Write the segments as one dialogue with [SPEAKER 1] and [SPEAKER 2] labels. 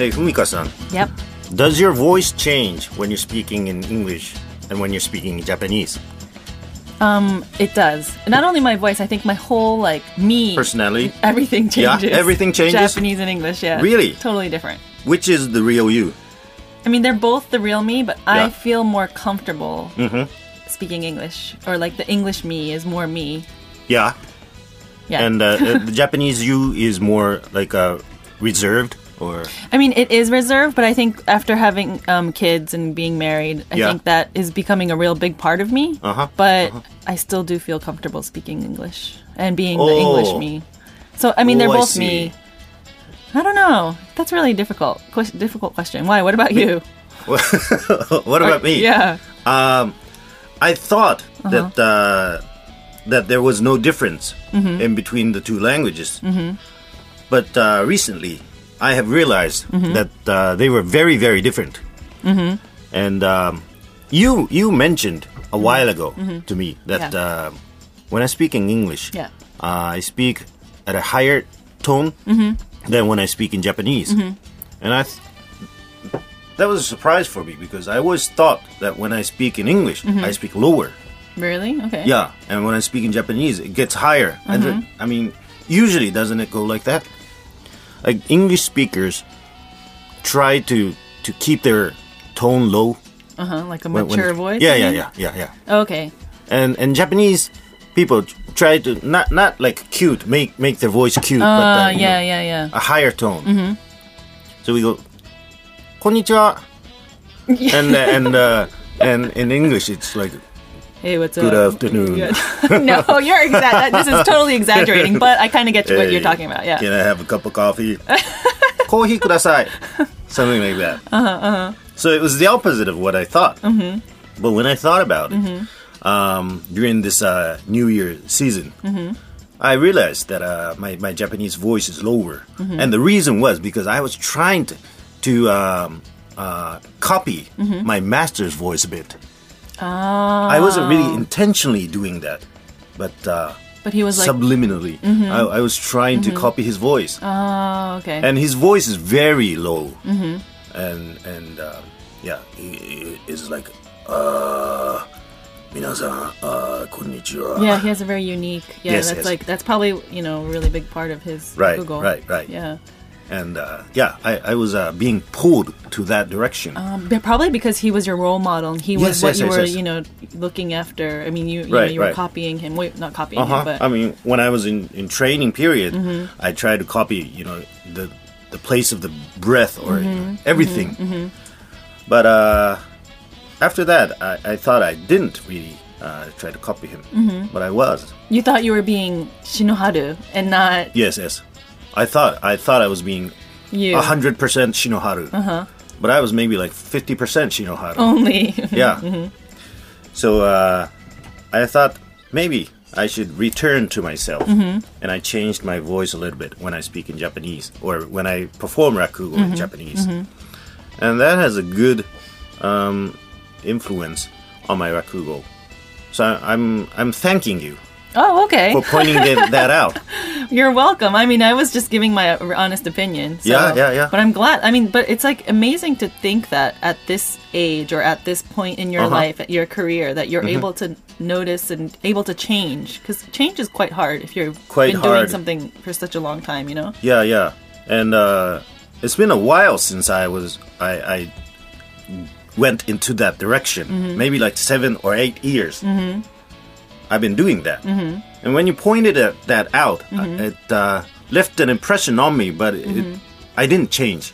[SPEAKER 1] Hey, Fumika-san,
[SPEAKER 2] Yep.
[SPEAKER 1] does your voice change when you're speaking in English and when you're speaking in Japanese?
[SPEAKER 2] It does. Not only my voice, I think my whole like me
[SPEAKER 1] Personality,
[SPEAKER 2] everything
[SPEAKER 1] Yeah,
[SPEAKER 2] changes.
[SPEAKER 1] everything changes?
[SPEAKER 2] Japanese and English, yeah.
[SPEAKER 1] Really?
[SPEAKER 2] Totally different.
[SPEAKER 1] which is the real you?
[SPEAKER 2] I mean, they're both the real me, but
[SPEAKER 1] Yeah. Mm-hmm.
[SPEAKER 2] I feel more comfortable speaking English, or like the English me is more me.
[SPEAKER 1] Yeah.
[SPEAKER 2] Yeah.
[SPEAKER 1] And uh, uh, the Japanese you is more like uh, reserved or
[SPEAKER 2] I mean, it is reserved, but I think after having um, kids and being married, I
[SPEAKER 1] Yeah.
[SPEAKER 2] think that is becoming a real big part of me.
[SPEAKER 1] Uh-huh,
[SPEAKER 2] But I still do feel comfortable speaking English and being the
[SPEAKER 1] Oh.
[SPEAKER 2] English me. So I mean, they're
[SPEAKER 1] Oh, I
[SPEAKER 2] both me.
[SPEAKER 1] see.
[SPEAKER 2] I don't know. That's really difficult. Ques- difficult question. Why? What about you?
[SPEAKER 1] Uh, what about me?
[SPEAKER 2] Yeah.
[SPEAKER 1] I thought
[SPEAKER 2] Uh-huh.
[SPEAKER 1] that uh, that there was no difference
[SPEAKER 2] Mm-hmm.
[SPEAKER 1] in between the two languages, but uh, recently I have realized
[SPEAKER 2] Mm-hmm.
[SPEAKER 1] that uh, they were very, very different. And um, you you mentioned a while ago to me that
[SPEAKER 2] Mm-hmm.
[SPEAKER 1] uh,
[SPEAKER 2] Yeah.
[SPEAKER 1] when I speak in English,
[SPEAKER 2] Yeah.
[SPEAKER 1] uh, I speak at a higher tone
[SPEAKER 2] Mm-hmm.
[SPEAKER 1] than when I speak in Japanese, and I. Th- that was a surprise for me because I always thought that when I speak in English,
[SPEAKER 2] Mm-hmm.
[SPEAKER 1] I speak lower.
[SPEAKER 2] Really? Okay.
[SPEAKER 1] Yeah, and when I speak in Japanese, it gets higher. And it-
[SPEAKER 2] Mm-hmm.
[SPEAKER 1] I mean, usually doesn't it go like that? Like English speakers try to to keep their tone low.
[SPEAKER 2] Uh huh. Like a
[SPEAKER 1] when- when-
[SPEAKER 2] mature voice.
[SPEAKER 1] Yeah,
[SPEAKER 2] you
[SPEAKER 1] yeah,
[SPEAKER 2] mean?
[SPEAKER 1] yeah, yeah, yeah.
[SPEAKER 2] Okay.
[SPEAKER 1] And and Japanese people t- try to not not like cute make make their voice cute, but
[SPEAKER 2] Uh,
[SPEAKER 1] uh, you
[SPEAKER 2] yeah,
[SPEAKER 1] know,
[SPEAKER 2] yeah, yeah. Mm-hmm.
[SPEAKER 1] a higher tone. So we go, konnichiwa, and uh, and uh, and in English it's like
[SPEAKER 2] Hey, what's
[SPEAKER 1] good
[SPEAKER 2] up?
[SPEAKER 1] afternoon.
[SPEAKER 2] Good. no, you're exa- This is totally exaggerating, but I kind of get what you're
[SPEAKER 1] Hey,
[SPEAKER 2] talking about. Yeah.
[SPEAKER 1] Can I have a cup of coffee? Coffee kudasai. Something like that. Uh-huh, So it was the opposite of what I thought. Mm-hmm. But when I thought about it
[SPEAKER 2] Mm-hmm.
[SPEAKER 1] um, during this uh, New Year season,
[SPEAKER 2] Mm-hmm.
[SPEAKER 1] I realized that uh, my, my Japanese voice is lower.
[SPEAKER 2] Mm-hmm.
[SPEAKER 1] And the reason was because I was trying to, to um, uh, copy
[SPEAKER 2] Mm-hmm.
[SPEAKER 1] my master's voice a bit.
[SPEAKER 2] Ah.
[SPEAKER 1] I wasn't really intentionally doing that. But. Uh,
[SPEAKER 2] But he was like, Mm-hmm.
[SPEAKER 1] subliminally. I, I was trying to copy his voice,
[SPEAKER 2] oh, okay.
[SPEAKER 1] and his voice is very low,
[SPEAKER 2] Mm-hmm.
[SPEAKER 1] and and uh, yeah, i- i- it's like uh, minasan, uh, konnichiwa.
[SPEAKER 2] yeah, he has a very unique. Yeah,
[SPEAKER 1] Yes, yes.
[SPEAKER 2] that's like that's probably you know a really big part of his
[SPEAKER 1] Right,
[SPEAKER 2] Google.
[SPEAKER 1] right, right.
[SPEAKER 2] Yeah,
[SPEAKER 1] and uh, yeah, I, I was uh, being pulled to that direction.
[SPEAKER 2] um, but probably because he was your role model. and He
[SPEAKER 1] Yes,
[SPEAKER 2] was what
[SPEAKER 1] yes,
[SPEAKER 2] you
[SPEAKER 1] yes,
[SPEAKER 2] were
[SPEAKER 1] yes.
[SPEAKER 2] you know looking after. I mean, you you, know,
[SPEAKER 1] Right,
[SPEAKER 2] you were
[SPEAKER 1] right.
[SPEAKER 2] copying him. Wait, not copying
[SPEAKER 1] Uh-huh.
[SPEAKER 2] him, but
[SPEAKER 1] I mean, when I was in, in training period, I tried to copy, you know, the the place of the breath or you know, everything. But uh, after that, I, I thought I didn't really uh, try to copy him, but I was.
[SPEAKER 2] you thought you were being Shinoharu and not
[SPEAKER 1] Yes, yes. I thought I thought I was being
[SPEAKER 2] you
[SPEAKER 1] hundred percent Shinoharu, but I was maybe like fifty percent Shinoharu.
[SPEAKER 2] only.
[SPEAKER 1] Yeah. So uh, I thought maybe I should return to myself, and I changed my voice a little bit when I speak in Japanese or when I perform rakugo in Japanese, and that has a good um, influence on my rakugo. So I- I'm I'm thanking you
[SPEAKER 2] oh, okay.
[SPEAKER 1] for pointing that, that out.
[SPEAKER 2] You're welcome. I mean, I was just giving my honest opinion. So,
[SPEAKER 1] Yeah, yeah, yeah.
[SPEAKER 2] But I'm glad. I mean, but it's like amazing to think that at this age or at this point in your
[SPEAKER 1] Uh-huh. Mm-hmm.
[SPEAKER 2] life, at your career, that you're able to notice and able to change because change is quite hard if you've
[SPEAKER 1] Quite
[SPEAKER 2] been doing
[SPEAKER 1] hard.
[SPEAKER 2] something for such a long time. You know.
[SPEAKER 1] Yeah, yeah, and uh, it's been a while since I was I, I went into that direction. Maybe like seven or eight years. Mm-hmm. I've been doing that, mm-hmm. and when you pointed at, that out, uh, it uh, left an impression on me. But it, I didn't change.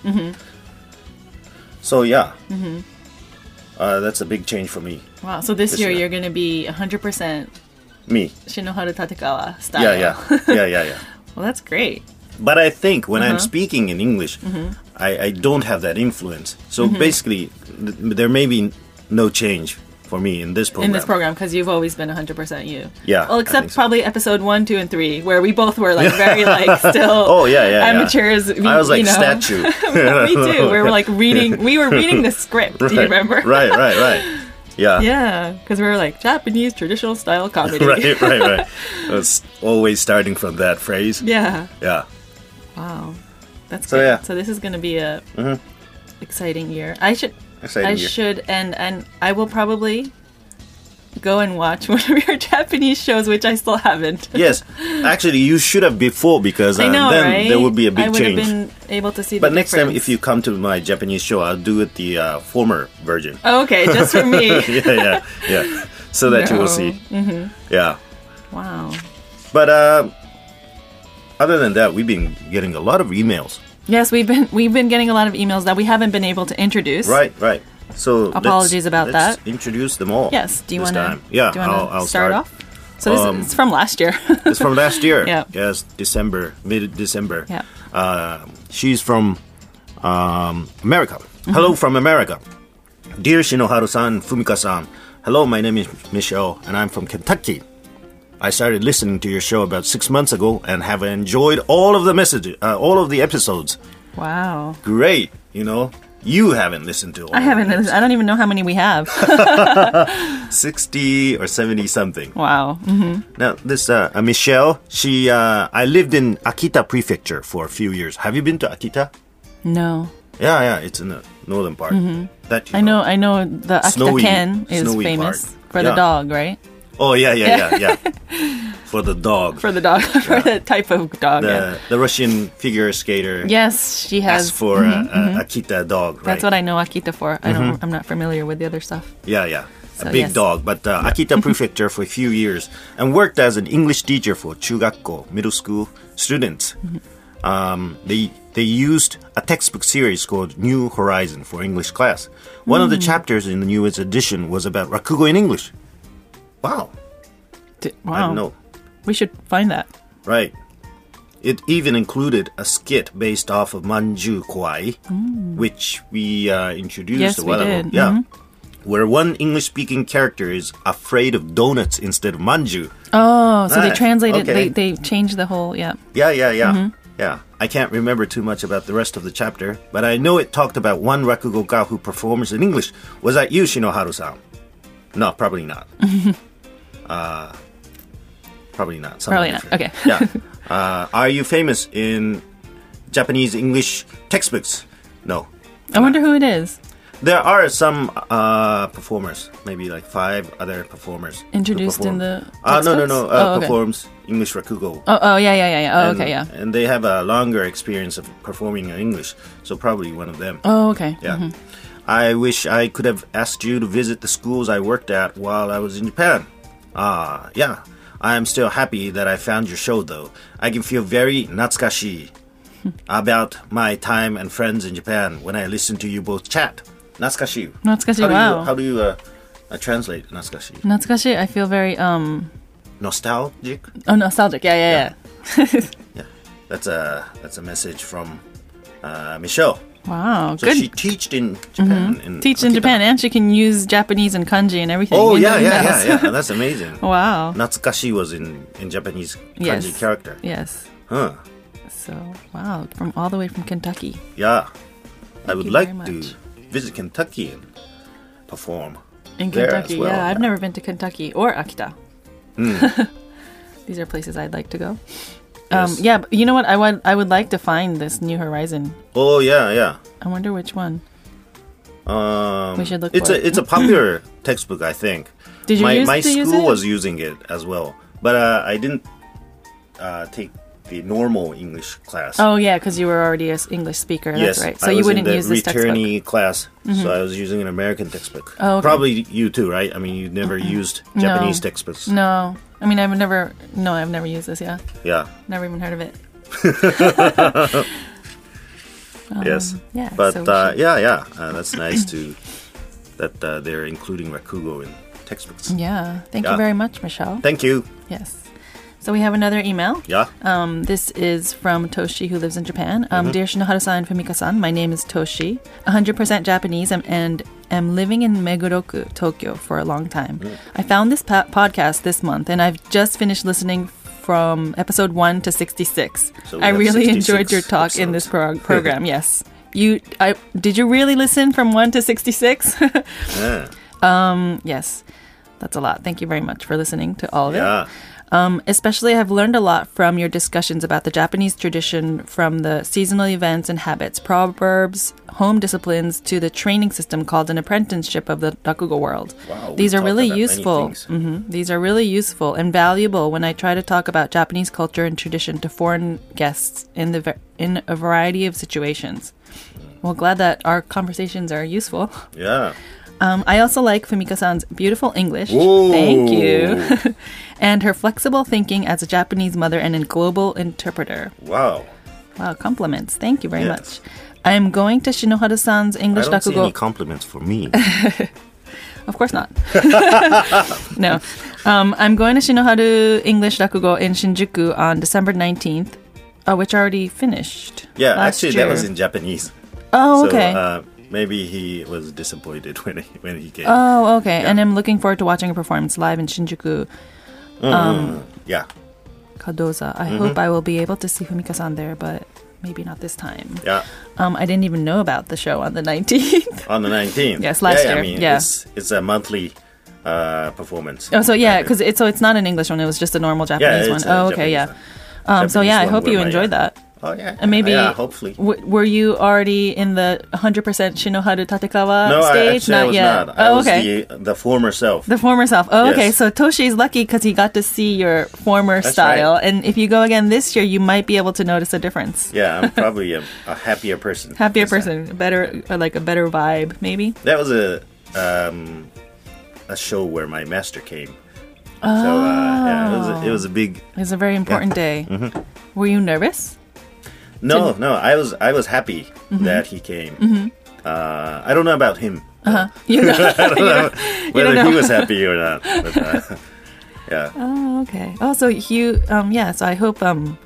[SPEAKER 1] So yeah, mm-hmm. uh, that's a big change for me.
[SPEAKER 2] Wow. So this
[SPEAKER 1] This
[SPEAKER 2] year
[SPEAKER 1] year.
[SPEAKER 2] you're going to be 100 percent
[SPEAKER 1] Me.
[SPEAKER 2] Shinohara Tatekawa style.
[SPEAKER 1] Yeah, yeah, yeah, yeah, yeah.
[SPEAKER 2] well, that's great.
[SPEAKER 1] But I think when I'm
[SPEAKER 2] Uh-huh.
[SPEAKER 1] speaking in English,
[SPEAKER 2] Mm-hmm.
[SPEAKER 1] I, I don't have that influence. So basically, th- there may be no change for me in this program.
[SPEAKER 2] In this program, because you've always been 100% you.
[SPEAKER 1] Yeah,
[SPEAKER 2] Well,
[SPEAKER 1] I think
[SPEAKER 2] except
[SPEAKER 1] so.
[SPEAKER 2] probably episode one, two, and three, where we both were like very like still.
[SPEAKER 1] Oh yeah, yeah, yeah.
[SPEAKER 2] amateurs. We,
[SPEAKER 1] I was like
[SPEAKER 2] you know,
[SPEAKER 1] statue.
[SPEAKER 2] me too. We were like reading. We were reading the script. Do you remember?
[SPEAKER 1] right, right, right. Yeah.
[SPEAKER 2] Yeah, because we were like Japanese traditional style comedy.
[SPEAKER 1] Right, right, right. It's always starting from that phrase.
[SPEAKER 2] Yeah.
[SPEAKER 1] Yeah.
[SPEAKER 2] Wow. That's
[SPEAKER 1] So,
[SPEAKER 2] good.
[SPEAKER 1] yeah. Mm-hmm.
[SPEAKER 2] So this is going to be a exciting year. I should.
[SPEAKER 1] Exciting
[SPEAKER 2] I
[SPEAKER 1] year.
[SPEAKER 2] should, and and I will probably go and watch one of your Japanese shows, which I still haven't.
[SPEAKER 1] yes, actually, you should have before because
[SPEAKER 2] I
[SPEAKER 1] uh,
[SPEAKER 2] know,
[SPEAKER 1] then
[SPEAKER 2] right?
[SPEAKER 1] there would be a
[SPEAKER 2] I
[SPEAKER 1] big
[SPEAKER 2] would have
[SPEAKER 1] change.
[SPEAKER 2] been able to see.
[SPEAKER 1] but
[SPEAKER 2] the
[SPEAKER 1] next time,
[SPEAKER 2] difference.
[SPEAKER 1] if you come to my Japanese show, I'll do it the uh, former version.
[SPEAKER 2] Oh, okay, just for me.
[SPEAKER 1] yeah, yeah, yeah. So that you will see. Mm-hmm. Yeah.
[SPEAKER 2] wow.
[SPEAKER 1] But uh, other than that, we've been getting a lot of emails.
[SPEAKER 2] Yes, we've been we've been getting a lot of emails that we haven't been able to introduce.
[SPEAKER 1] Right, right. So let's-
[SPEAKER 2] Apologies about
[SPEAKER 1] let's
[SPEAKER 2] that.
[SPEAKER 1] Introduce them all.
[SPEAKER 2] Yes. Do you
[SPEAKER 1] this
[SPEAKER 2] want to?
[SPEAKER 1] time. Yeah,
[SPEAKER 2] Do you want
[SPEAKER 1] I'll,
[SPEAKER 2] to
[SPEAKER 1] I'll
[SPEAKER 2] start, off? So this
[SPEAKER 1] Um,
[SPEAKER 2] is it's from last year.
[SPEAKER 1] It's from last year.
[SPEAKER 2] Yeah.
[SPEAKER 1] Yes, December, mid December.
[SPEAKER 2] Yeah.
[SPEAKER 1] Uh, she's from um, America.
[SPEAKER 2] Mm-hmm.
[SPEAKER 1] Hello from America. Dear Shinoharu san, Fumika san, hello, my name is Michelle, and I'm from Kentucky. I started listening to your show about six months ago and have enjoyed all of the messages, uh, all of the episodes.
[SPEAKER 2] wow.
[SPEAKER 1] Great, you know. You haven't listened to all
[SPEAKER 2] I haven't.
[SPEAKER 1] Of them.
[SPEAKER 2] I don't even know how many we have.
[SPEAKER 1] 60 or 70 something.
[SPEAKER 2] wow. hmm
[SPEAKER 1] Now, this uh, uh, Michelle, she uh, I lived in Akita Prefecture for a few years. Have you been to Akita?
[SPEAKER 2] No.
[SPEAKER 1] Yeah, yeah, it's in the northern part. That you
[SPEAKER 2] Mm-hmm. I know. I know the
[SPEAKER 1] Snowy-
[SPEAKER 2] Akita Ken is
[SPEAKER 1] snowy
[SPEAKER 2] famous
[SPEAKER 1] part.
[SPEAKER 2] for
[SPEAKER 1] Yeah.
[SPEAKER 2] the dog, right?
[SPEAKER 1] Oh yeah, yeah, yeah, yeah. for the dog,
[SPEAKER 2] For the dog, for the type of dog.
[SPEAKER 1] the
[SPEAKER 2] yeah.
[SPEAKER 1] the Russian figure skater.
[SPEAKER 2] Yes, she has.
[SPEAKER 1] Asked for uh, uh, Akita dog, right? Mm-hmm.
[SPEAKER 2] That's what I know Akita for. I don't. I'm not familiar with the other stuff.
[SPEAKER 1] Yeah, yeah. a
[SPEAKER 2] So,
[SPEAKER 1] big
[SPEAKER 2] yes.
[SPEAKER 1] dog, but uh, Akita Prefecture for a few years and worked as an English teacher for Chugakko, middle school students.
[SPEAKER 2] Mm-hmm.
[SPEAKER 1] Um, they, they used a textbook series called New Horizon for English class. One
[SPEAKER 2] Mm.
[SPEAKER 1] of the chapters in the newest edition was about Rakugo in English. Wow,
[SPEAKER 2] D-
[SPEAKER 1] I
[SPEAKER 2] Wow.
[SPEAKER 1] don't know.
[SPEAKER 2] We should find that.
[SPEAKER 1] Right. It even included a skit based off of Manju Kwai, which we uh, introduced a
[SPEAKER 2] Mm. Yes, we
[SPEAKER 1] while ago.
[SPEAKER 2] did. Mm-hmm.
[SPEAKER 1] Yeah. Where one English speaking character is afraid of donuts instead of manju.
[SPEAKER 2] Oh, so they
[SPEAKER 1] Nice. Ah,
[SPEAKER 2] translated.
[SPEAKER 1] Okay.
[SPEAKER 2] They they changed the whole. Yeah.
[SPEAKER 1] Yeah, yeah, yeah.
[SPEAKER 2] Mm-hmm.
[SPEAKER 1] Yeah. I can't remember too much about the rest of the chapter, but I know it talked about one Rakugoka who performs in English. Was that you, Shinoharu san? No, probably not. uh, probably not. Someone
[SPEAKER 2] Probably not.
[SPEAKER 1] different.
[SPEAKER 2] Okay.
[SPEAKER 1] yeah. Uh, are you famous in Japanese English textbooks? No.
[SPEAKER 2] I wonder who it is.
[SPEAKER 1] There are some uh, performers, maybe like five other performers. who
[SPEAKER 2] Introduced
[SPEAKER 1] perform.
[SPEAKER 2] in the
[SPEAKER 1] Uh, no, no,
[SPEAKER 2] textbooks?
[SPEAKER 1] no. Uh,
[SPEAKER 2] Oh, okay.
[SPEAKER 1] Performs English Rakugo.
[SPEAKER 2] Oh, oh yeah, yeah, yeah, yeah. Oh,
[SPEAKER 1] And-
[SPEAKER 2] okay, yeah.
[SPEAKER 1] And they have a longer experience of performing in English, so probably one of them.
[SPEAKER 2] Oh, okay.
[SPEAKER 1] yeah. I wish I could have asked you to visit the schools I worked at while I was in Japan. Ah, yeah. I am still happy that I found your show, though. I can feel very natsukashi about my time and friends in Japan when I listen to you both chat. Natsukashi.
[SPEAKER 2] Natsukashi,
[SPEAKER 1] How Do
[SPEAKER 2] wow.
[SPEAKER 1] you, how do you uh, uh, translate natsukashi?
[SPEAKER 2] Natsukashi, I feel very um
[SPEAKER 1] Nostalgic.
[SPEAKER 2] oh nostalgic. Yeah, yeah, yeah.
[SPEAKER 1] Yeah, that's a that's a message from uh, Michelle.
[SPEAKER 2] Wow,
[SPEAKER 1] So
[SPEAKER 2] good.
[SPEAKER 1] she teached in Japan. In
[SPEAKER 2] Teach in
[SPEAKER 1] Akita.
[SPEAKER 2] Japan, eh? and she can use Japanese and kanji and everything.
[SPEAKER 1] Oh
[SPEAKER 2] in
[SPEAKER 1] yeah,
[SPEAKER 2] the
[SPEAKER 1] yeah,
[SPEAKER 2] emails.
[SPEAKER 1] yeah, yeah. That's amazing.
[SPEAKER 2] wow.
[SPEAKER 1] Natsukashi was in in Japanese kanji
[SPEAKER 2] Yes.
[SPEAKER 1] character.
[SPEAKER 2] Yes.
[SPEAKER 1] Huh.
[SPEAKER 2] So wow, from all the way from Kentucky.
[SPEAKER 1] Yeah. I would
[SPEAKER 2] you
[SPEAKER 1] like
[SPEAKER 2] very
[SPEAKER 1] to
[SPEAKER 2] much.
[SPEAKER 1] visit Kentucky and perform.
[SPEAKER 2] In
[SPEAKER 1] There as
[SPEAKER 2] Kentucky,
[SPEAKER 1] well,
[SPEAKER 2] yeah. I've
[SPEAKER 1] yeah.
[SPEAKER 2] never been to Kentucky or Akita. These are places I'd like to go. Um,
[SPEAKER 1] Yes.
[SPEAKER 2] yeah, but you know what? I would I would like to find this New Horizon.
[SPEAKER 1] Oh yeah, yeah.
[SPEAKER 2] I wonder which one.
[SPEAKER 1] Um,
[SPEAKER 2] We should look
[SPEAKER 1] It's a
[SPEAKER 2] for it.
[SPEAKER 1] it's a popular textbook, I think.
[SPEAKER 2] Did you
[SPEAKER 1] my
[SPEAKER 2] use
[SPEAKER 1] my
[SPEAKER 2] to
[SPEAKER 1] school
[SPEAKER 2] use it?
[SPEAKER 1] was using it as well, but uh, I didn't uh, take the normal English class.
[SPEAKER 2] Oh yeah, because you were already an English speaker.
[SPEAKER 1] yes,
[SPEAKER 2] that's right.
[SPEAKER 1] I
[SPEAKER 2] So you
[SPEAKER 1] was
[SPEAKER 2] wouldn't
[SPEAKER 1] in the
[SPEAKER 2] use this textbook. Mm-hmm.
[SPEAKER 1] returnee class, so I was using an American textbook.
[SPEAKER 2] Oh, okay.
[SPEAKER 1] probably you too, right? I mean, you never used Japanese textbooks.
[SPEAKER 2] No, I mean I've never. No, I've never used this. Yeah,
[SPEAKER 1] Yeah.
[SPEAKER 2] never even heard of it. Oh.
[SPEAKER 1] yes.
[SPEAKER 2] Um, yeah,
[SPEAKER 1] But
[SPEAKER 2] so we
[SPEAKER 1] uh,
[SPEAKER 2] should-
[SPEAKER 1] yeah, yeah, uh, that's nice to that uh, they're including rakugo in textbooks.
[SPEAKER 2] Yeah. Thank
[SPEAKER 1] Yeah.
[SPEAKER 2] you very much, Michelle.
[SPEAKER 1] Thank you.
[SPEAKER 2] yes. So we have another email.
[SPEAKER 1] Yeah.
[SPEAKER 2] Um, this is from Toshi, who lives in Japan. Um,
[SPEAKER 1] Uh-huh.
[SPEAKER 2] Dear Shinoharu-san and Fumika-san, my name is Toshi, 100% Japanese, and, and am living in Meguro-ku, Tokyo, for a long time. I found this po- podcast this month, and I've just finished listening from episode 1 to 66.
[SPEAKER 1] So we
[SPEAKER 2] I
[SPEAKER 1] have
[SPEAKER 2] really
[SPEAKER 1] 66
[SPEAKER 2] enjoyed your talk in this
[SPEAKER 1] episodes.
[SPEAKER 2] prog- program, yes. You, I, did you really listen from 1 to 66?
[SPEAKER 1] Yeah.
[SPEAKER 2] yes. That's a lot. Thank you very much for listening to all of it.
[SPEAKER 1] yeah.
[SPEAKER 2] Um, especially, I've learned a lot from your discussions about the Japanese tradition, from the seasonal events and habits, proverbs, home disciplines, to the training system called an apprenticeship of the rakugo world.
[SPEAKER 1] Wow, we
[SPEAKER 2] These are
[SPEAKER 1] talked
[SPEAKER 2] really
[SPEAKER 1] about many
[SPEAKER 2] useful.
[SPEAKER 1] things.
[SPEAKER 2] hmm These are really useful and valuable when I try to talk about Japanese culture and tradition to foreign guests in the va- in a variety of situations. Well, glad that our conversations are useful.
[SPEAKER 1] Yeah.
[SPEAKER 2] Um, I also like Fumika-san's beautiful English.
[SPEAKER 1] Ooh.
[SPEAKER 2] Thank you. and her flexible thinking as a Japanese mother and a global interpreter.
[SPEAKER 1] Wow.
[SPEAKER 2] Wow, compliments. Thank you very
[SPEAKER 1] Yes.
[SPEAKER 2] much. I'm going to Shinohara-san's
[SPEAKER 1] I
[SPEAKER 2] English
[SPEAKER 1] don't see any
[SPEAKER 2] Rakugo.
[SPEAKER 1] compliments for me.
[SPEAKER 2] Of course not. no. Um, I'm going to Shinoharu English Rakugo in Shinjuku on December 19th, uh, which already finished.
[SPEAKER 1] Yeah,
[SPEAKER 2] last
[SPEAKER 1] actually,
[SPEAKER 2] year.
[SPEAKER 1] that was in Japanese.
[SPEAKER 2] Oh, okay.
[SPEAKER 1] So, uh, maybe he was disappointed when he, when he came.
[SPEAKER 2] oh, okay. And I'm looking forward to watching a performance live in Shinjuku.
[SPEAKER 1] yeah.
[SPEAKER 2] Cardoza. I
[SPEAKER 1] Mm-hmm.
[SPEAKER 2] hope I will be able to see Fumika-san there, but maybe not this time.
[SPEAKER 1] Yeah.
[SPEAKER 2] Um, I didn't even know about the show on the 19th.
[SPEAKER 1] On the 19th.
[SPEAKER 2] Yes, last
[SPEAKER 1] yeah,
[SPEAKER 2] year,
[SPEAKER 1] I mean,
[SPEAKER 2] yeah.
[SPEAKER 1] it's, it's a monthly uh, performance.
[SPEAKER 2] oh, so yeah,
[SPEAKER 1] Right.
[SPEAKER 2] because it's so it's not an English one; it was just a normal
[SPEAKER 1] Yeah,
[SPEAKER 2] Japanese
[SPEAKER 1] it's
[SPEAKER 2] one.
[SPEAKER 1] a
[SPEAKER 2] Oh, okay,
[SPEAKER 1] Japanese
[SPEAKER 2] yeah.
[SPEAKER 1] one.
[SPEAKER 2] Um, so
[SPEAKER 1] Japanese
[SPEAKER 2] yeah, I
[SPEAKER 1] one
[SPEAKER 2] hope
[SPEAKER 1] where
[SPEAKER 2] you
[SPEAKER 1] my,
[SPEAKER 2] enjoyed
[SPEAKER 1] uh,
[SPEAKER 2] that.
[SPEAKER 1] Oh, yeah.
[SPEAKER 2] And maybe
[SPEAKER 1] Yeah, hopefully.
[SPEAKER 2] W- were you already in the 100% Shinoharu Tatekawa
[SPEAKER 1] no, I,
[SPEAKER 2] Uh, stage?
[SPEAKER 1] actually, I was
[SPEAKER 2] yet.
[SPEAKER 1] not. I
[SPEAKER 2] oh,
[SPEAKER 1] was
[SPEAKER 2] okay.
[SPEAKER 1] the, the former self.
[SPEAKER 2] The former self. Oh, okay.
[SPEAKER 1] Yes.
[SPEAKER 2] So Toshi's lucky because he got to see your former
[SPEAKER 1] That's
[SPEAKER 2] style,
[SPEAKER 1] right.
[SPEAKER 2] and if you go again this year, you might be able to notice a difference.
[SPEAKER 1] yeah, I'm probably a, a happier person.
[SPEAKER 2] Happier
[SPEAKER 1] this time.
[SPEAKER 2] person, better, or like a better vibe, maybe.
[SPEAKER 1] That was a um, a show where my master came. Oh. So uh, yeah, it was a, it was a big
[SPEAKER 2] It's a very important day.
[SPEAKER 1] Mm-hmm.
[SPEAKER 2] Were you nervous?
[SPEAKER 1] no no. I was I was happy
[SPEAKER 2] Mm-hmm.
[SPEAKER 1] that he came. Uh, I don't know about him
[SPEAKER 2] You know.
[SPEAKER 1] whether
[SPEAKER 2] don't
[SPEAKER 1] he
[SPEAKER 2] know.
[SPEAKER 1] was happy or not. But, uh, yeah.
[SPEAKER 2] oh, okay. Oh, so you, um, yeah. So I hope, um,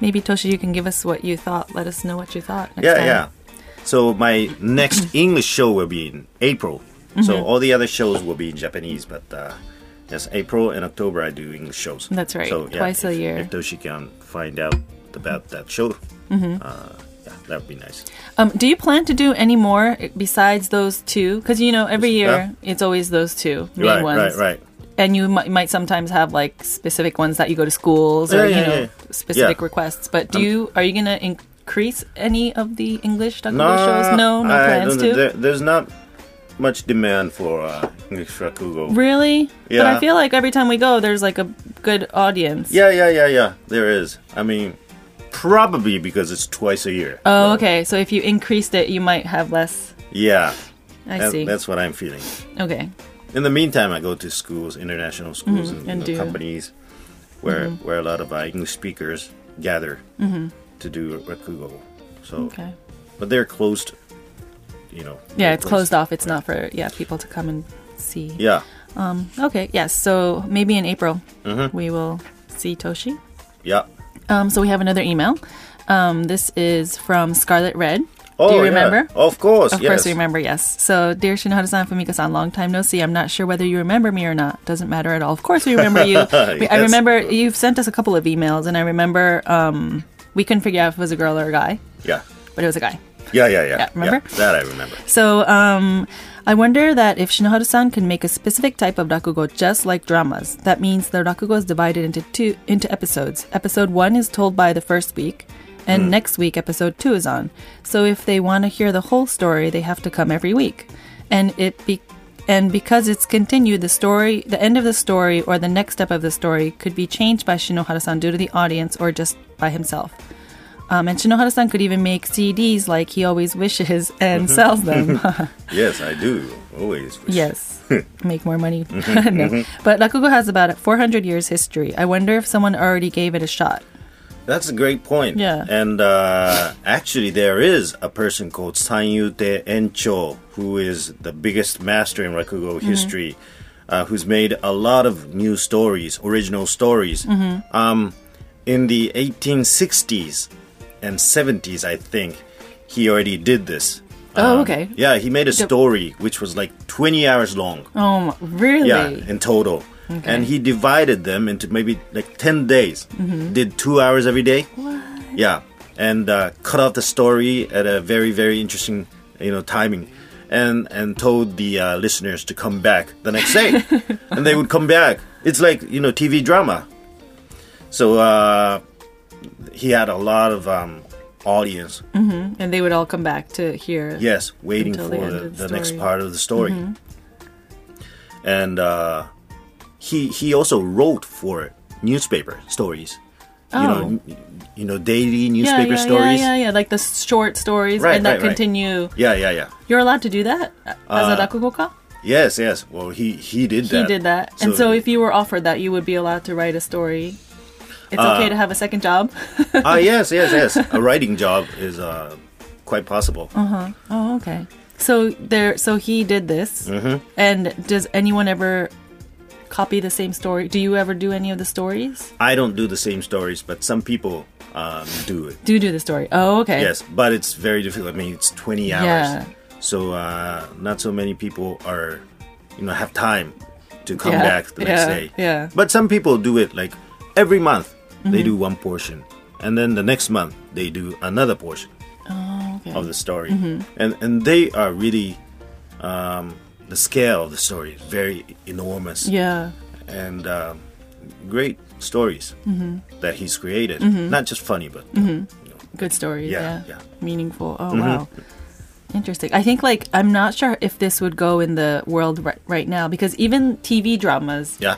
[SPEAKER 2] maybe Toshi, you can give us what you thought. Let us know what you thought. Next
[SPEAKER 1] Yeah,
[SPEAKER 2] time.
[SPEAKER 1] yeah. So my next English show will be in April.
[SPEAKER 2] Mm-hmm.
[SPEAKER 1] So all the other shows will be in Japanese, but uh, yes, April and October I do English shows.
[SPEAKER 2] That's right,
[SPEAKER 1] So yeah,
[SPEAKER 2] twice a
[SPEAKER 1] if-
[SPEAKER 2] year.
[SPEAKER 1] If Toshi can find out about that show,
[SPEAKER 2] Mm-hmm.
[SPEAKER 1] uh, yeah, that would be nice.
[SPEAKER 2] Um, do you plan to do any more eh, besides those two? Because you know, every year it's always those two main
[SPEAKER 1] right, right,
[SPEAKER 2] ones,
[SPEAKER 1] right.
[SPEAKER 2] and you mi- might sometimes have like specific ones that you go to schools
[SPEAKER 1] Yeah,
[SPEAKER 2] or
[SPEAKER 1] yeah,
[SPEAKER 2] you know
[SPEAKER 1] yeah. Yeah.
[SPEAKER 2] specific
[SPEAKER 1] Um,
[SPEAKER 2] requests. But do you are you gonna increase any of the English Duckable
[SPEAKER 1] No,
[SPEAKER 2] shows? No, no
[SPEAKER 1] I
[SPEAKER 2] plans
[SPEAKER 1] don't-
[SPEAKER 2] to.
[SPEAKER 1] There, there's not much demand for uh, English rakugo.
[SPEAKER 2] Really? But
[SPEAKER 1] Yeah.
[SPEAKER 2] I feel like every time we go, there's like a good audience.
[SPEAKER 1] Yeah, yeah, yeah, yeah. There is. I mean, probably because it's twice a year.
[SPEAKER 2] Oh, okay. So if you increased it, you might have less.
[SPEAKER 1] Yeah,
[SPEAKER 2] I
[SPEAKER 1] that-
[SPEAKER 2] see.
[SPEAKER 1] that's what I'm feeling.
[SPEAKER 2] Okay.
[SPEAKER 1] In the meantime, I go to schools, international schools, and, you
[SPEAKER 2] Mm-hmm. and
[SPEAKER 1] know,
[SPEAKER 2] do- Mm-hmm.
[SPEAKER 1] companies where where a lot of uh, English speakers gather to do rakugo. So,
[SPEAKER 2] Okay.
[SPEAKER 1] but they're closed. You know.
[SPEAKER 2] Yeah,
[SPEAKER 1] they're
[SPEAKER 2] it's closed off. It's not for yeah people to come and see.
[SPEAKER 1] Yeah, Mm-hmm.
[SPEAKER 2] Okay. Yes. So maybe in April we will see Toshi.
[SPEAKER 1] yeah.
[SPEAKER 2] Um, so we have another email. Um, this is from Scarlet Red. do you
[SPEAKER 1] Oh, yeah.
[SPEAKER 2] remember?
[SPEAKER 1] Of course.
[SPEAKER 2] Of
[SPEAKER 1] yes.
[SPEAKER 2] course, we remember, yes. So, dear Shinohara san, Fumika san, long time no see. I'm not sure whether you remember me or not. Doesn't matter at all. Of course, we remember you. We- I
[SPEAKER 1] Yes.
[SPEAKER 2] remember you've sent us a couple of emails, and I remember um, we couldn't figure out if it was a girl or a guy,
[SPEAKER 1] Yeah.
[SPEAKER 2] but it was a guy.
[SPEAKER 1] Yeah, yeah, yeah.
[SPEAKER 2] remember?
[SPEAKER 1] that I remember.
[SPEAKER 2] So, um, I wonder that if Shinohara san can make a specific type of rakugo just like dramas. That means the rakugo is divided into two into episodes. Episode one is told by the first week, and next week episode two is on. So if they want to hear the whole story, they have to come every week, and it be and because it's continued, the story, the end of the story, or the next step of the story could be changed by Shinohara san due to the audience or just by himself. Um, and Shinohara san could even make CDs like he always wishes and sells them.
[SPEAKER 1] Yes, I do. Always. wish-
[SPEAKER 2] Yes. Make more money.
[SPEAKER 1] Mm-hmm,
[SPEAKER 2] no. But Rakugo has about 400 years history. I wonder if someone already gave it a shot.
[SPEAKER 1] That's a great point.
[SPEAKER 2] Yeah.
[SPEAKER 1] And uh, actually, there is a person called Sanyute Encho who is the biggest master in Rakugo history, uh, who's made a lot of new stories, original stories. Um, in the 1860s and 70s, I think, he already did this.
[SPEAKER 2] Oh,
[SPEAKER 1] Um,
[SPEAKER 2] okay.
[SPEAKER 1] Yeah, he made a story which was like 20 hours long.
[SPEAKER 2] Um, really?
[SPEAKER 1] Yeah, in total. And he divided them into maybe like 10 days. Did two hours every day. Yeah. And uh, cut off the story at a very, very interesting, you know, timing. And, and told the uh, listeners to come back the next day. and they would come back. It's like, you know, TV drama. So uh, he had a lot of um, audience.
[SPEAKER 2] And they would all come back to hear.
[SPEAKER 1] Yes, waiting
[SPEAKER 2] Until the
[SPEAKER 1] for
[SPEAKER 2] end
[SPEAKER 1] the,
[SPEAKER 2] of the
[SPEAKER 1] the next
[SPEAKER 2] story. Mm-hmm.
[SPEAKER 1] part of the story. And uh, he he also wrote for newspaper stories. You know,
[SPEAKER 2] Oh.
[SPEAKER 1] n- you know, daily
[SPEAKER 2] Yeah,
[SPEAKER 1] newspaper
[SPEAKER 2] yeah, yeah,
[SPEAKER 1] stories.
[SPEAKER 2] yeah, yeah. Like the s- short stories
[SPEAKER 1] Right,
[SPEAKER 2] and that
[SPEAKER 1] right, right.
[SPEAKER 2] continue.
[SPEAKER 1] yeah, yeah, yeah.
[SPEAKER 2] You're allowed to do that as a rakugoka?
[SPEAKER 1] Yes, yes. Well, he he did
[SPEAKER 2] He
[SPEAKER 1] that.
[SPEAKER 2] did that. and so if you were offered that, you would be allowed to write a story. It's
[SPEAKER 1] Uh,
[SPEAKER 2] okay to have a second job.
[SPEAKER 1] ah yes, yes, yes. A writing job is uh, quite possible.
[SPEAKER 2] Oh, okay. So there, so he did this. Mm-hmm. And does anyone ever copy the same story? Do you ever do any of the stories?
[SPEAKER 1] I don't do the same stories, but some people um, do it.
[SPEAKER 2] Do you do the story? Oh, okay.
[SPEAKER 1] Yes, but it's very difficult. I mean, it's 20 hours.
[SPEAKER 2] Yeah.
[SPEAKER 1] So uh, not so many people are, you know, have time to come
[SPEAKER 2] Yeah,
[SPEAKER 1] back the next
[SPEAKER 2] yeah,
[SPEAKER 1] day.
[SPEAKER 2] yeah. Mm-hmm.
[SPEAKER 1] But some people do it like every month. They do one portion, and then the next month they do another portion
[SPEAKER 2] Oh, okay.
[SPEAKER 1] of the story, and and they are really, um, the scale of the story is very enormous
[SPEAKER 2] Yeah. Mm-hmm.
[SPEAKER 1] and um, great stories that he's created. Not just funny, but uh, you know,
[SPEAKER 2] Good stories.
[SPEAKER 1] Yeah, yeah.
[SPEAKER 2] Yeah.
[SPEAKER 1] Mm-hmm.
[SPEAKER 2] Meaningful. Oh, wow. Interesting. I think like I'm not sure if this would go in the world ri- right now because even TV dramas
[SPEAKER 1] yeah,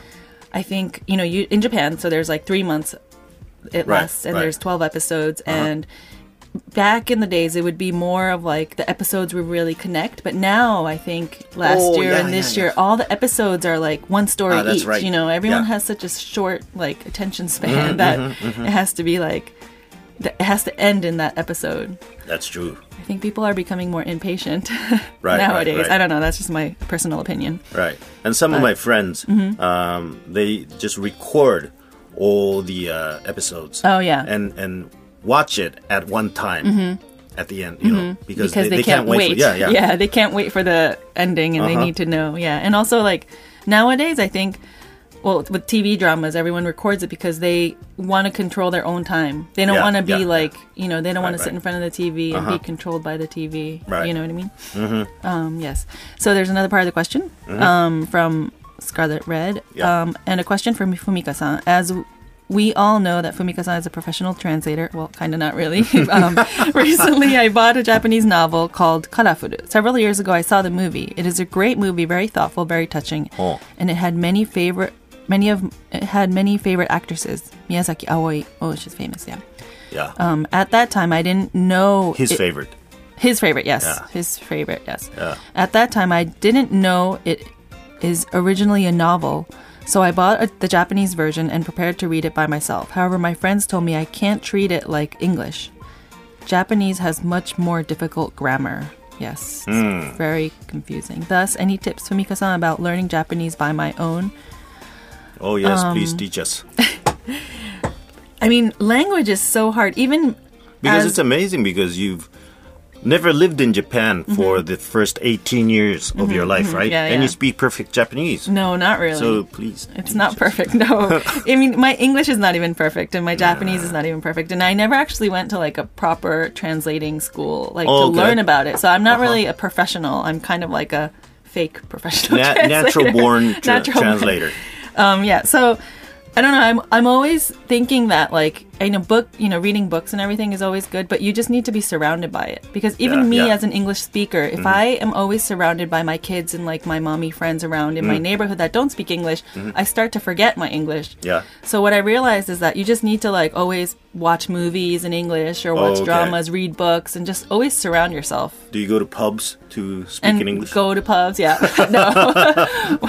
[SPEAKER 2] I think you know you in Japan, so there's like three months it
[SPEAKER 1] Right,
[SPEAKER 2] lasts, and
[SPEAKER 1] right. Uh-huh.
[SPEAKER 2] there's twelve episodes. And back in the days, it would be more of like the episodes would really connect. But now, I think last
[SPEAKER 1] Oh,
[SPEAKER 2] year
[SPEAKER 1] yeah,
[SPEAKER 2] and
[SPEAKER 1] yeah,
[SPEAKER 2] this
[SPEAKER 1] yeah.
[SPEAKER 2] year, all the episodes are like one story
[SPEAKER 1] Ah, that's
[SPEAKER 2] each.
[SPEAKER 1] right.
[SPEAKER 2] You know, everyone
[SPEAKER 1] Yeah. Mm-hmm,
[SPEAKER 2] has such a short like attention span that it has to be like th- it has to end in that episode.
[SPEAKER 1] that's true.
[SPEAKER 2] I think people are becoming more impatient
[SPEAKER 1] right,
[SPEAKER 2] nowadays.
[SPEAKER 1] right.
[SPEAKER 2] I don't know. That's just my personal opinion.
[SPEAKER 1] Right. And some of
[SPEAKER 2] But-
[SPEAKER 1] my
[SPEAKER 2] Mm-hmm.
[SPEAKER 1] friends, um, they just record all the uh, episodes.
[SPEAKER 2] Oh, yeah.
[SPEAKER 1] And and watch it at one time at the end, you know, because,
[SPEAKER 2] Mm-hmm. because
[SPEAKER 1] they, they can't, wait. For, yeah, Uh-huh. yeah,
[SPEAKER 2] they can't wait for the ending, and they need to know. Yeah, and also like nowadays, I think, well, with TV dramas, everyone records it because they want to control their own time. They don't
[SPEAKER 1] Yeah,
[SPEAKER 2] want to be
[SPEAKER 1] yeah.
[SPEAKER 2] like you know they don't
[SPEAKER 1] Right,
[SPEAKER 2] want to sit
[SPEAKER 1] right.
[SPEAKER 2] in front of the TV and be controlled by the TV.
[SPEAKER 1] Right.
[SPEAKER 2] You know what I mean? Mm-hmm. Um, yes. So there's another part of the question um, from Scarlet Red,
[SPEAKER 1] Mm-hmm. Yeah.
[SPEAKER 2] um, and a question from Fumika-san as. We all know that Fumika-san is a professional translator. Well, kind of not really. um, recently, I bought a Japanese novel called Karafuru. Several years ago, I saw the movie. It is a great movie, very thoughtful, very touching,
[SPEAKER 1] Oh.
[SPEAKER 2] and it had many favorite, many of it had many favorite actresses. Miyazaki Aoi. Oh, she's famous. Yeah.
[SPEAKER 1] yeah.
[SPEAKER 2] Um, at that time, I didn't know
[SPEAKER 1] His
[SPEAKER 2] it-
[SPEAKER 1] favorite. Uh,
[SPEAKER 2] his favorite, yes.
[SPEAKER 1] Yeah.
[SPEAKER 2] His favorite, yes.
[SPEAKER 1] Yeah.
[SPEAKER 2] At that time, I didn't know it is originally a novel, so I bought a, the Japanese version and prepared to read it by myself. However, my friends told me I can't treat it like English. Japanese has much more difficult grammar. Yes, it's
[SPEAKER 1] Hmm.
[SPEAKER 2] very confusing. Thus, any tips, Fumika-san, about learning Japanese by my own?
[SPEAKER 1] Oh yes,
[SPEAKER 2] Um,
[SPEAKER 1] please teach us
[SPEAKER 2] I mean, language is so hard. Even
[SPEAKER 1] because
[SPEAKER 2] as-
[SPEAKER 1] it's amazing because you've never lived in Japan for the first 18 years of your life, right?
[SPEAKER 2] Mm-hmm. Yeah,
[SPEAKER 1] and you
[SPEAKER 2] yeah.
[SPEAKER 1] speak perfect Japanese.
[SPEAKER 2] no, not really.
[SPEAKER 1] So please.
[SPEAKER 2] It's not perfect. No, I mean my English is not even perfect, and my Japanese is not even perfect, and I never actually went to like a proper translating school like
[SPEAKER 1] Oh,
[SPEAKER 2] to
[SPEAKER 1] okay. Uh-huh.
[SPEAKER 2] learn about it. So I'm not really a professional. I'm kind of like a fake professional
[SPEAKER 1] Na-
[SPEAKER 2] translator.
[SPEAKER 1] natural born tra-
[SPEAKER 2] Natural born.
[SPEAKER 1] translator.
[SPEAKER 2] Um, yeah. So I don't know. I'm I'm always thinking that like I know book you know reading books and everything is always good, but you just need to be surrounded by it because even
[SPEAKER 1] Yeah,
[SPEAKER 2] me
[SPEAKER 1] yeah. Mm-hmm.
[SPEAKER 2] as an English speaker, if I am always surrounded by my kids and like my mommy friends around in my
[SPEAKER 1] Mm.
[SPEAKER 2] neighborhood that don't speak English, I start to forget my English.
[SPEAKER 1] Mm-hmm. Yeah.
[SPEAKER 2] So what I realized is that you just need to like always watch movies in English or watch
[SPEAKER 1] okay.
[SPEAKER 2] dramas, read books, and just always surround yourself
[SPEAKER 1] Do you go to pubs to speak
[SPEAKER 2] and
[SPEAKER 1] in English?
[SPEAKER 2] go to pubs. Yeah, no,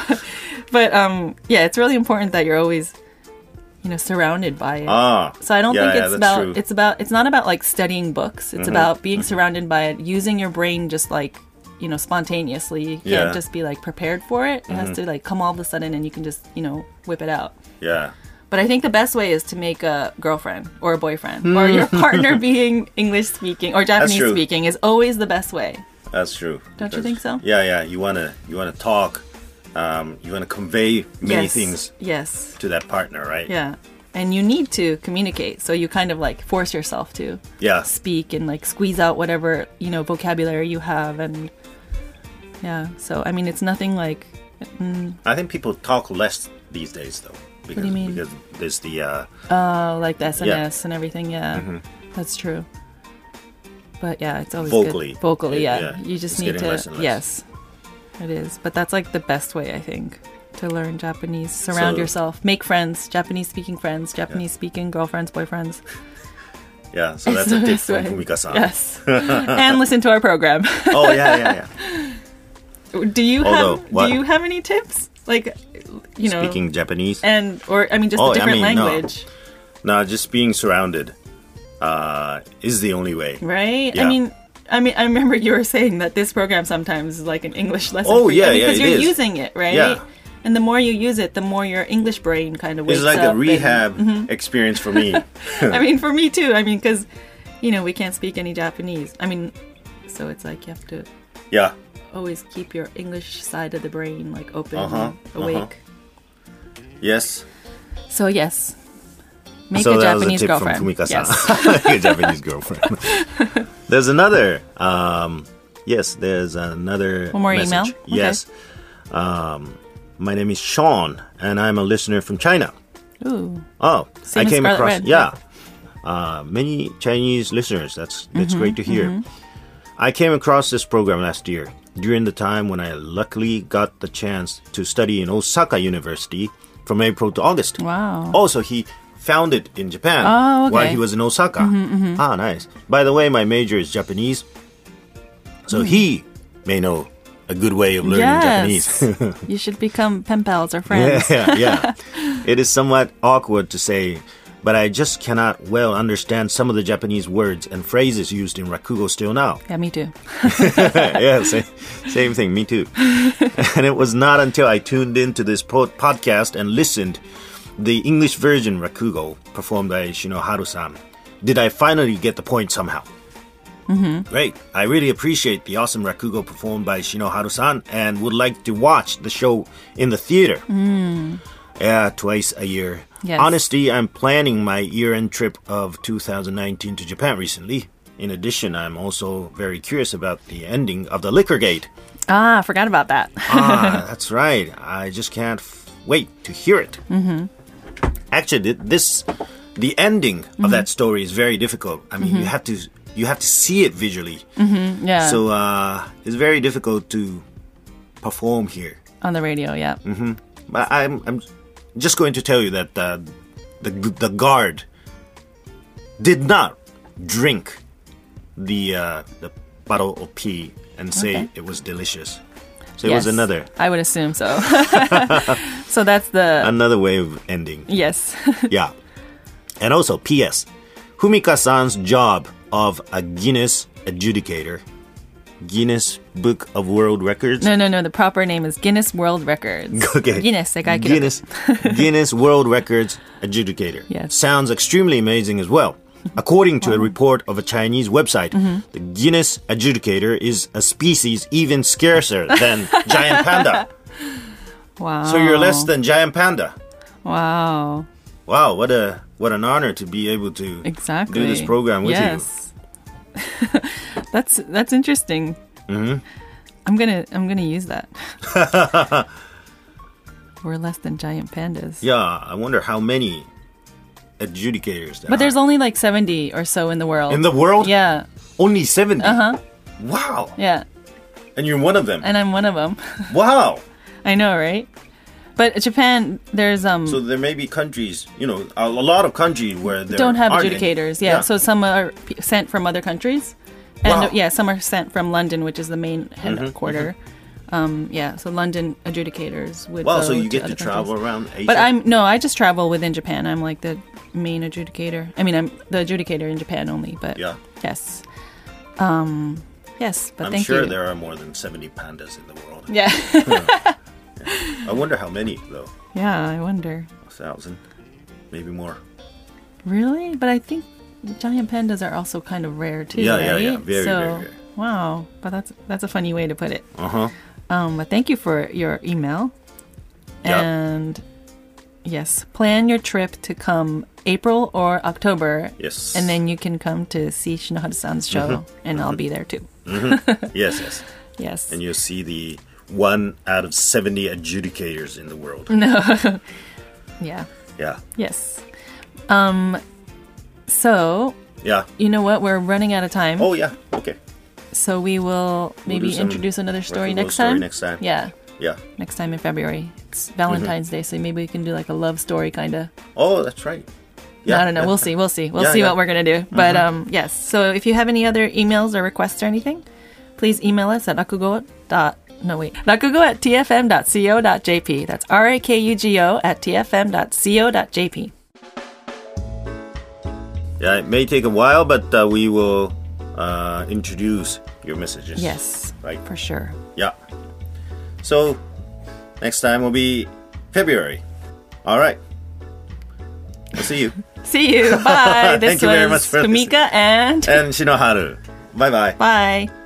[SPEAKER 2] but um, yeah, it's really important that you're always, you know, surrounded by it.
[SPEAKER 1] ah.
[SPEAKER 2] so I don't
[SPEAKER 1] yeah, yeah,
[SPEAKER 2] think it's
[SPEAKER 1] that's
[SPEAKER 2] about
[SPEAKER 1] true. Mm-hmm.
[SPEAKER 2] it's about it's not about like studying books. It's about being surrounded by it, using your brain just like you know spontaneously. You can't
[SPEAKER 1] Yeah. Mm-hmm.
[SPEAKER 2] just be like prepared for it. It has to like come all of a sudden, and you can just you know whip it out.
[SPEAKER 1] Yeah.
[SPEAKER 2] But I think the best way is to make a girlfriend or a boyfriend or your partner being English speaking or Japanese
[SPEAKER 1] Hmm. true.
[SPEAKER 2] speaking is always the best way.
[SPEAKER 1] That's true.
[SPEAKER 2] Don't you
[SPEAKER 1] That's-
[SPEAKER 2] think so?
[SPEAKER 1] Yeah, yeah. You wanna you wanna talk. Um, you wanna convey many
[SPEAKER 2] yes.
[SPEAKER 1] things
[SPEAKER 2] Yes.
[SPEAKER 1] to that partner, right?
[SPEAKER 2] Yeah. And you need to communicate, so you kind of like force yourself to
[SPEAKER 1] Yeah.
[SPEAKER 2] speak and like squeeze out whatever, you know, vocabulary you have and yeah. So I mean, it's nothing like
[SPEAKER 1] I think people talk less these days, though. Because,
[SPEAKER 2] do you mean?
[SPEAKER 1] Because there's the uh,
[SPEAKER 2] Oh, like the SNS and everything. Yeah,
[SPEAKER 1] Mm-hmm.
[SPEAKER 2] that's true. But yeah, it's always
[SPEAKER 1] Vocally.
[SPEAKER 2] good. vocally.
[SPEAKER 1] Yeah,
[SPEAKER 2] Yeah,
[SPEAKER 1] yeah.
[SPEAKER 2] you just
[SPEAKER 1] It's
[SPEAKER 2] need
[SPEAKER 1] getting
[SPEAKER 2] to.
[SPEAKER 1] less and less.
[SPEAKER 2] Yes, it is. But that's like the best way I think to learn Japanese. Surround
[SPEAKER 1] So-
[SPEAKER 2] yourself, make friends, Japanese speaking friends, Japanese speaking girlfriends, boyfriends.
[SPEAKER 1] yeah. So that's
[SPEAKER 2] the
[SPEAKER 1] a tip
[SPEAKER 2] best
[SPEAKER 1] from
[SPEAKER 2] way.
[SPEAKER 1] Kumika-san.
[SPEAKER 2] Yes, and listen to our program.
[SPEAKER 1] Oh yeah, yeah, yeah.
[SPEAKER 2] do you
[SPEAKER 1] Although,
[SPEAKER 2] have
[SPEAKER 1] what?
[SPEAKER 2] Do you have any tips? Like, you know,
[SPEAKER 1] Speaking Japanese.
[SPEAKER 2] and or I mean, just
[SPEAKER 1] Oh, I
[SPEAKER 2] a different
[SPEAKER 1] mean, no.
[SPEAKER 2] language,
[SPEAKER 1] No, just being surrounded uh, is the only way.
[SPEAKER 2] right?
[SPEAKER 1] Yeah.
[SPEAKER 2] I mean. I mean, I remember you were saying that this program sometimes is like an English lesson.
[SPEAKER 1] Oh,
[SPEAKER 2] for you.
[SPEAKER 1] yeah,
[SPEAKER 2] I mean,
[SPEAKER 1] yeah,
[SPEAKER 2] because
[SPEAKER 1] it
[SPEAKER 2] you're
[SPEAKER 1] is.
[SPEAKER 2] using it, right?
[SPEAKER 1] Yeah.
[SPEAKER 2] And the more you use it, the more your English brain kind of wakes
[SPEAKER 1] It's
[SPEAKER 2] up.
[SPEAKER 1] like a
[SPEAKER 2] and- Mm-hmm.
[SPEAKER 1] rehab experience for me.
[SPEAKER 2] I mean, for me too. I mean, because you know we can't speak any Japanese. I mean, so it's like you have to
[SPEAKER 1] yeah,
[SPEAKER 2] always keep your English side of the brain like open,
[SPEAKER 1] Uh-huh,
[SPEAKER 2] and awake.
[SPEAKER 1] yes.
[SPEAKER 2] So yes, make
[SPEAKER 1] so
[SPEAKER 2] a
[SPEAKER 1] that was
[SPEAKER 2] Japanese
[SPEAKER 1] a tip
[SPEAKER 2] girlfriend.
[SPEAKER 1] from Kumika-san.
[SPEAKER 2] Yes.
[SPEAKER 1] Make a Japanese girlfriend. there's another. Um, yes, there's another.
[SPEAKER 2] One more
[SPEAKER 1] message.
[SPEAKER 2] email? Okay.
[SPEAKER 1] Yes. Um, my name is Sean, and I'm a listener from China.
[SPEAKER 2] Ooh.
[SPEAKER 1] Oh,
[SPEAKER 2] Same
[SPEAKER 1] I
[SPEAKER 2] as
[SPEAKER 1] came
[SPEAKER 2] Scarlet
[SPEAKER 1] across
[SPEAKER 2] Red,
[SPEAKER 1] yeah, uh, many Chinese listeners. That's that's great to
[SPEAKER 2] Mm-hmm,
[SPEAKER 1] hear. I came across this program last year during the time when I luckily got the chance to study in Osaka University from April to August.
[SPEAKER 2] Wow.
[SPEAKER 1] Also, he found it in Japan
[SPEAKER 2] Oh, okay. Mm-hmm,
[SPEAKER 1] while he was in Osaka. Ah, nice. By the way, my major is Japanese, so
[SPEAKER 2] Hmm.
[SPEAKER 1] he may know a good way of learning Japanese.
[SPEAKER 2] you should become pen pals or friends.
[SPEAKER 1] Yeah, yeah. it is somewhat awkward to say, but I just cannot well understand some of the Japanese words and phrases used in Rakugo still now.
[SPEAKER 2] Yeah, me too.
[SPEAKER 1] yeah, same, same thing, me too. and it was not until I tuned into this po- podcast and listened the English version Rakugo performed by Shinoharu san did I finally get the point somehow. Great. I really appreciate the awesome Rakugo performed by Shinoharu san and would like to watch the show in the theater. Yeah, twice a year.
[SPEAKER 2] Yes.
[SPEAKER 1] Honestly, I'm planning my year end trip of 2019 to Japan recently. In addition, I'm also very curious about the ending of the Liquor Gate.
[SPEAKER 2] Ah, I forgot about that.
[SPEAKER 1] Ah, that's right. I just can't f- wait to hear it. Mm-hmm. Actually, th- this the ending
[SPEAKER 2] Mm-hmm.
[SPEAKER 1] of that story is very difficult. I mean, you have to you have to see it visually.
[SPEAKER 2] yeah.
[SPEAKER 1] So uh, it's very difficult to perform here.
[SPEAKER 2] on the radio, yeah.
[SPEAKER 1] But I'm I'm just going to tell you that uh, the the guard did not drink the uh, the bottle of pee and say
[SPEAKER 2] Okay.
[SPEAKER 1] it was delicious. So it
[SPEAKER 2] Yes.
[SPEAKER 1] was another
[SPEAKER 2] I would assume so. so that's the
[SPEAKER 1] another way of ending.
[SPEAKER 2] yes.
[SPEAKER 1] yeah. And also, P.S. Humika-san's job of a Guinness adjudicator, Guinness Book of World Records.
[SPEAKER 2] no, no, no. The proper name is Guinness World Records.
[SPEAKER 1] Okay.
[SPEAKER 2] Guinness, like I could-
[SPEAKER 1] Guinness, Guinness World Records adjudicator.
[SPEAKER 2] Yes.
[SPEAKER 1] Sounds extremely amazing as well. According to a report of a Chinese website,
[SPEAKER 2] Mm-hmm.
[SPEAKER 1] the Guinness adjudicator is a species even scarcer than giant panda.
[SPEAKER 2] Wow.
[SPEAKER 1] So you're less than giant panda.
[SPEAKER 2] Wow.
[SPEAKER 1] Wow, what a what an honor to be able to
[SPEAKER 2] Exactly.
[SPEAKER 1] do this program with you.
[SPEAKER 2] yes. that's that's interesting. Mm-hmm. I'm gonna I'm gonna use that. We're less than giant pandas.
[SPEAKER 1] Yeah, I wonder how many adjudicators there
[SPEAKER 2] But there's
[SPEAKER 1] are.
[SPEAKER 2] only like 70 or so in the world.
[SPEAKER 1] in the world
[SPEAKER 2] Yeah,
[SPEAKER 1] only 70. Uh-huh. Wow.
[SPEAKER 2] yeah.
[SPEAKER 1] And you're one of them.
[SPEAKER 2] And I'm one of them.
[SPEAKER 1] Wow.
[SPEAKER 2] I know, right? But Japan, there's um
[SPEAKER 1] So there may be countries, you know, a, a lot of countries where there
[SPEAKER 2] don't have
[SPEAKER 1] aren't any.
[SPEAKER 2] adjudicators. Yeah, so some are p- sent from other countries, and
[SPEAKER 1] Wow. Mm-hmm,
[SPEAKER 2] yeah, some are sent from London, which is the main headquarter. Um, yeah, so London adjudicators would.
[SPEAKER 1] wow,
[SPEAKER 2] go
[SPEAKER 1] so you get
[SPEAKER 2] other
[SPEAKER 1] to travel
[SPEAKER 2] countries.
[SPEAKER 1] around Asia.
[SPEAKER 2] But I'm no, I just travel within Japan. I'm like the main adjudicator. I mean, I'm the adjudicator in Japan only. But
[SPEAKER 1] Yeah.
[SPEAKER 2] yes, um, yes. But
[SPEAKER 1] I'm
[SPEAKER 2] thank
[SPEAKER 1] sure
[SPEAKER 2] you.
[SPEAKER 1] there are more than 70 pandas in the world.
[SPEAKER 2] yeah,
[SPEAKER 1] I wonder how many though.
[SPEAKER 2] yeah. I wonder.
[SPEAKER 1] A thousand, maybe more.
[SPEAKER 2] Really? But I think giant pandas are also kind of rare too.
[SPEAKER 1] Yeah,
[SPEAKER 2] right?
[SPEAKER 1] yeah, yeah. Very,
[SPEAKER 2] so,
[SPEAKER 1] very rare.
[SPEAKER 2] Wow. But that's that's a funny way to put it.
[SPEAKER 1] Uh huh.
[SPEAKER 2] Um, but thank you for your email.
[SPEAKER 1] Yeah.
[SPEAKER 2] And yes, plan your trip to come April or October.
[SPEAKER 1] Yes.
[SPEAKER 2] And then you can come to see Shinohara-san's show,
[SPEAKER 1] Mm-hmm.
[SPEAKER 2] and I'll be there too.
[SPEAKER 1] Yes, yes.
[SPEAKER 2] Yes.
[SPEAKER 1] And
[SPEAKER 2] Mm.
[SPEAKER 1] you'll see the one out of 70 adjudicators in the world.
[SPEAKER 2] Yeah.
[SPEAKER 1] Yeah.
[SPEAKER 2] Yes. Um, so
[SPEAKER 1] Yeah.
[SPEAKER 2] you know what? We're running out of time.
[SPEAKER 1] Oh, yeah. Okay.
[SPEAKER 2] So we will
[SPEAKER 1] We'll
[SPEAKER 2] maybe
[SPEAKER 1] do some
[SPEAKER 2] introduce another
[SPEAKER 1] Rocky
[SPEAKER 2] story
[SPEAKER 1] Road
[SPEAKER 2] next
[SPEAKER 1] story
[SPEAKER 2] time.
[SPEAKER 1] next time. Mm-hmm.
[SPEAKER 2] Yeah,
[SPEAKER 1] Yeah.
[SPEAKER 2] next time in February. It's Valentine's Day, so maybe we can do like a love story kind of.
[SPEAKER 1] Oh, that's right. Yeah.
[SPEAKER 2] I don't know.
[SPEAKER 1] yeah.
[SPEAKER 2] We'll see. We'll see. We'll
[SPEAKER 1] Yeah,
[SPEAKER 2] see
[SPEAKER 1] yeah. Mm-hmm.
[SPEAKER 2] what we're gonna do. But um, yes. So if you have any other emails or requests or anything, please email us at rakugo dot no wait rakugo at tfm.co.jp. That's r a k u g o at tfm.co.jp.
[SPEAKER 1] Yeah, it may take a while, but uh, we will uh, introduce your messages.
[SPEAKER 2] Yes,
[SPEAKER 1] Right.
[SPEAKER 2] for sure.
[SPEAKER 1] Yeah. So next time will be February. All right. I'll see you.
[SPEAKER 2] See you. Bye.
[SPEAKER 1] Thank you very much for Uh,
[SPEAKER 2] Kamika and
[SPEAKER 1] and Shinoharu. Bye bye.
[SPEAKER 2] bye.